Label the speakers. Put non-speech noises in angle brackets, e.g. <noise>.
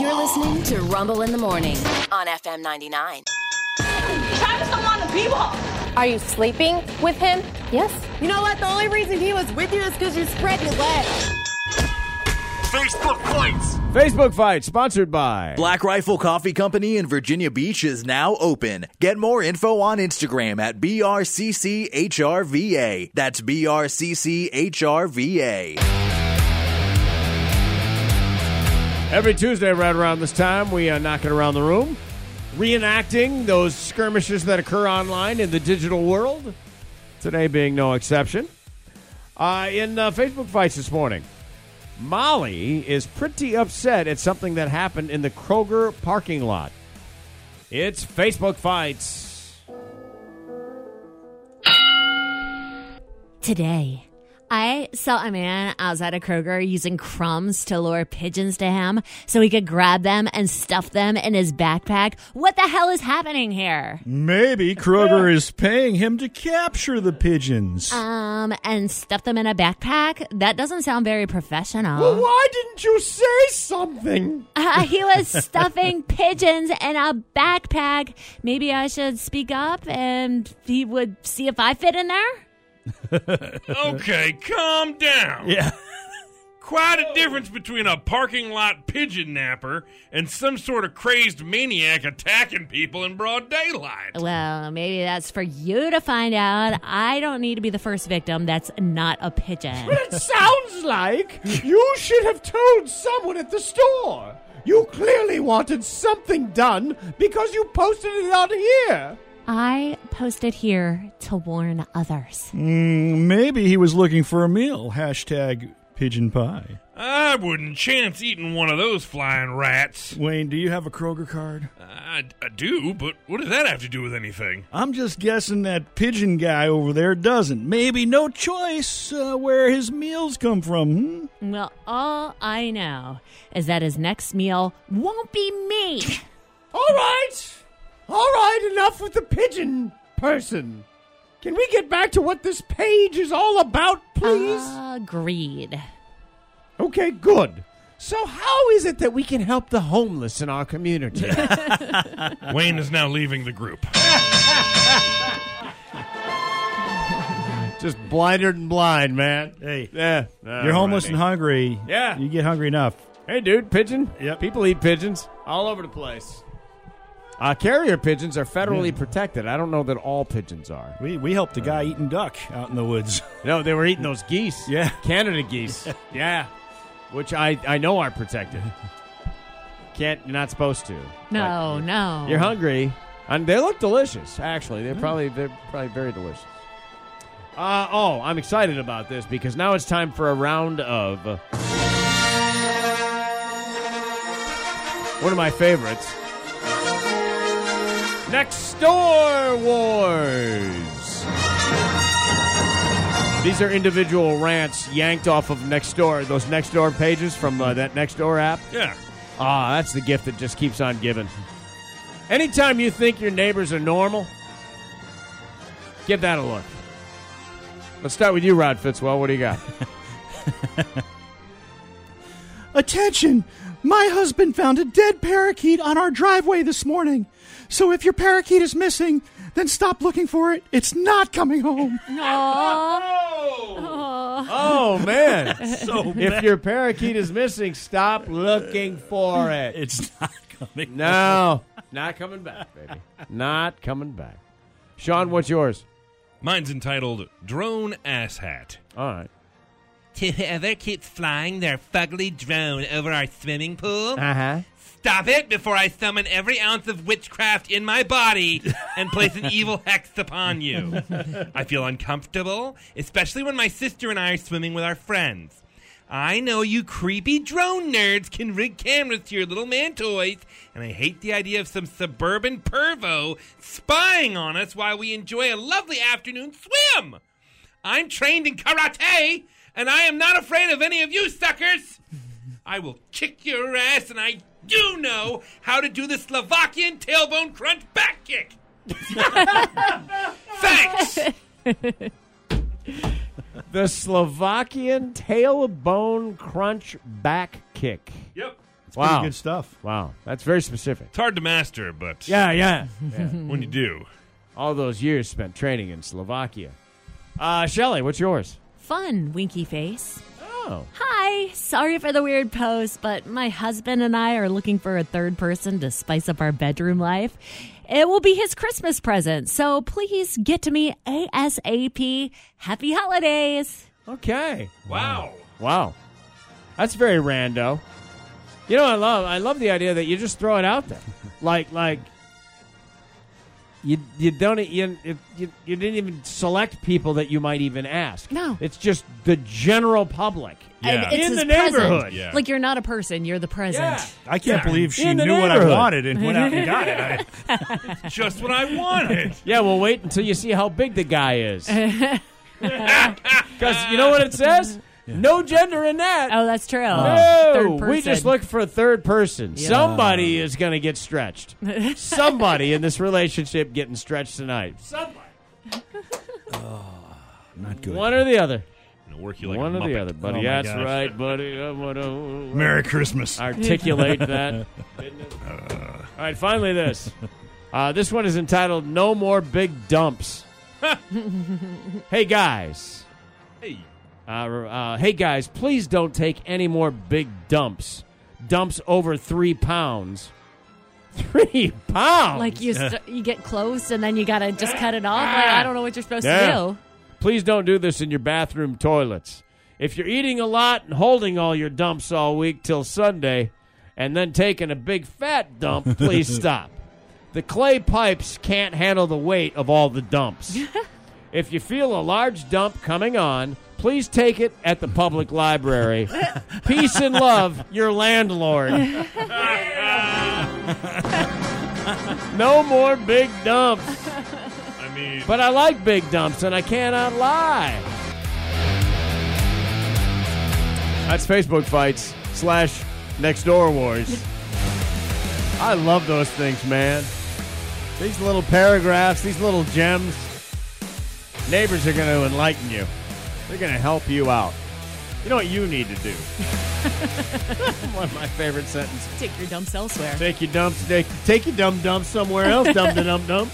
Speaker 1: You're listening to Rumble in the Morning on FM 99.
Speaker 2: Travis don't want the people.
Speaker 3: Are you sleeping with him? Yes.
Speaker 4: You know what? The only reason he was with you is because you spread your legs.
Speaker 5: Facebook points.
Speaker 6: Facebook Fight, sponsored by.
Speaker 7: Black Rifle Coffee Company in Virginia Beach is now open. Get more info on Instagram at BRCCHRVA. That's BRCCHRVA.
Speaker 6: Every Tuesday, right around this time, we uh, knock it around the room, reenacting those skirmishes that occur online in the digital world. Today being no exception. Uh, in uh, Facebook fights this morning, Molly is pretty upset at something that happened in the Kroger parking lot. It's Facebook fights.
Speaker 8: Today, I saw a man outside of Kroger using crumbs to lure pigeons to him so he could grab them and stuff them in his backpack. What the hell is happening here?
Speaker 9: Maybe Kroger is paying him to capture the pigeons.
Speaker 8: Um, and stuff them in a backpack? That doesn't sound very professional.
Speaker 6: why didn't you say something?
Speaker 8: <laughs> Uh, he was stuffing <laughs> pigeons in a backpack. Maybe I should speak up and he would see if I fit in there?
Speaker 5: Okay, calm down.
Speaker 9: yeah.
Speaker 5: Quite a difference between a parking lot pigeon napper and some sort of crazed maniac attacking people in broad daylight.
Speaker 8: Well, maybe that's for you to find out. I don't need to be the first victim. That's not a pigeon.
Speaker 6: It sounds like you should have told someone at the store. You clearly wanted something done because you posted it on here.
Speaker 8: I posted here to warn others.
Speaker 9: Mm, maybe he was looking for a meal. Hashtag pigeon pie.
Speaker 5: I wouldn't chance eating one of those flying rats.
Speaker 9: Wayne, do you have a Kroger card?
Speaker 5: I, I do, but what does that have to do with anything?
Speaker 9: I'm just guessing that pigeon guy over there doesn't. Maybe no choice uh, where his meals come from. Hmm?
Speaker 8: Well, all I know is that his next meal won't be me.
Speaker 6: All right. All right, enough with the pigeon person. Can we get back to what this page is all about, please?
Speaker 8: Agreed.
Speaker 6: okay, good. So, how is it that we can help the homeless in our community? <laughs>
Speaker 5: Wayne is now leaving the group.
Speaker 6: Just blinded and blind, man.
Speaker 9: Hey.
Speaker 6: Yeah.
Speaker 9: You're homeless and hungry.
Speaker 6: Yeah.
Speaker 9: You get hungry enough.
Speaker 6: Hey, dude, pigeon.
Speaker 9: Yep.
Speaker 6: People eat pigeons all over the place. Hmm. Uh, carrier pigeons are federally protected. I don't know that all pigeons are. Uh.
Speaker 9: We, we helped a guy eating duck out in the woods.
Speaker 6: <laughs> No, they were eating those geese.
Speaker 9: Yeah.
Speaker 6: Canada geese. <laughs> yeah. Which I, I know are <laughs> protected. Can't, you're not supposed to.
Speaker 8: No, no.
Speaker 6: Like, you're hungry. And they look delicious, actually. They're probably, they're probably very delicious. Uh, oh, I'm excited about this because now it's time for a round of uh, one of my favorites. Next Door Wars. These are individual rants yanked off of Next Door, those Next Door pages from uh, that Next Door app.
Speaker 5: Yeah.
Speaker 6: Ah, that's the gift that just keeps on giving. Anytime you think your neighbors are normal, give that a look. Let's start with you, Rod Fitzwell. What do you got?
Speaker 9: <laughs> Attention! My husband found a dead parakeet on our driveway this morning. So if your parakeet is missing, then stop looking for it. It's not coming home.
Speaker 6: <laughs> oh <laughs> man! if your parakeet is missing, stop looking for it.
Speaker 9: It's not coming.
Speaker 6: No, <laughs> not coming back, baby. <laughs> Not coming back. Sean, what's yours?
Speaker 5: Mine's entitled Drone Ass Hat.
Speaker 6: All right.
Speaker 10: to whoever keeps flying their fugly drone over our swimming pool.
Speaker 6: huh.
Speaker 10: Stop it before I summon every ounce of witchcraft in my body and place an evil hex upon you. I feel uncomfortable, especially when my sister and I are swimming with our friends. I know you creepy drone nerds can rig cameras to your little man toys, and I hate the idea of some suburban pervo spying on us while we enjoy a lovely afternoon swim. I'm trained in karate, and I am not afraid of any of you suckers. I will kick your ass, and I do know how to do the Slovakian tailbone crunch back
Speaker 5: <laughs>
Speaker 10: kick. Thanks.
Speaker 6: The Slovakian tailbone crunch back kick.
Speaker 5: Yep.
Speaker 9: It's
Speaker 6: wow.
Speaker 9: pretty good stuff.
Speaker 6: Wow. That's very specific.
Speaker 5: It's hard to master, but
Speaker 6: Yeah, <laughs> yeah.
Speaker 5: when you do,
Speaker 6: All those years spent training in Slovakia. Uh, Shelly, what's yours?
Speaker 8: Fun, winky face.
Speaker 6: Oh.
Speaker 8: Hi, sorry for the weird post, but my husband and I are looking for a third person to spice up our bedroom life. It will be his Christmas present, so please get to me ASAP. Happy holidays.
Speaker 6: Okay.
Speaker 5: wow.
Speaker 6: Wow. That's very rando. You know, I love I love the idea that you just throw it out there, like like you you don't e, you you, you didn't even select people that you might even ask.
Speaker 8: No.
Speaker 6: it's just the general public.
Speaker 5: Yeah.
Speaker 8: And it's
Speaker 6: In
Speaker 8: his
Speaker 6: the neighborhood.
Speaker 8: present.
Speaker 5: Yeah.
Speaker 8: Like you're not a person, you're the present.
Speaker 6: Yeah.
Speaker 11: I can't believe she
Speaker 6: In the
Speaker 11: knew what I
Speaker 6: neighborhood.
Speaker 11: wanted and went out and got it.
Speaker 6: <laughs>
Speaker 11: I,
Speaker 5: Just what I wanted.
Speaker 6: Yeah, well, wait until you see how big the guy
Speaker 8: <laughs>
Speaker 6: is, <laughs> because you know what it says? No gender in that.
Speaker 8: Oh, that's true.
Speaker 6: No,
Speaker 8: Third
Speaker 6: Oh, we just
Speaker 8: person.
Speaker 6: look for a third person. Somebody is going to get stretched. Somebody in this relationship getting stretched tonight. Somebody.
Speaker 11: not good.
Speaker 6: One or the other.
Speaker 5: Gonna work you like
Speaker 6: One
Speaker 5: a
Speaker 6: or the
Speaker 5: Muppet.
Speaker 6: other, buddy.
Speaker 11: Oh, my
Speaker 6: That's
Speaker 11: gosh.
Speaker 6: right, buddy. I wanna
Speaker 11: Merry Christmas.
Speaker 6: Articulate that. All right, finally, this. Uh, this one is entitled No More
Speaker 8: <laughs>
Speaker 6: Big Dumps. hey, guys.
Speaker 5: Hey.
Speaker 6: Uh, uh, hey, guys, please don't take any more big dumps. Dumps over three pounds. <laughs> Three pounds?
Speaker 8: Like you, st- you get close and then you gotta just cut it off. Like, I don't know what you're supposed
Speaker 6: Yeah.
Speaker 8: to do.
Speaker 6: Please don't do this in your bathroom toilets. If you're eating a lot and holding all your dumps all week till Sunday and then taking a big fat dump, please stop. The clay pipes can't handle the weight of all the dumps. if you feel a large dump coming on, please take it at the public library. Peace and love, your landlord. no more big dumps.
Speaker 5: I mean,
Speaker 6: But I like big dumps, and I cannot lie. That's Facebook fights slash next door wars. I love those things, man. These little paragraphs, these little gems. Neighbors are going to enlighten you. They're going to help you out. You know what you need to <laughs> do. One of my favorite sentences.
Speaker 8: Take your dumps elsewhere.
Speaker 6: Take your dumps. Take, take your dumb dump somewhere else. Dump the dump dump.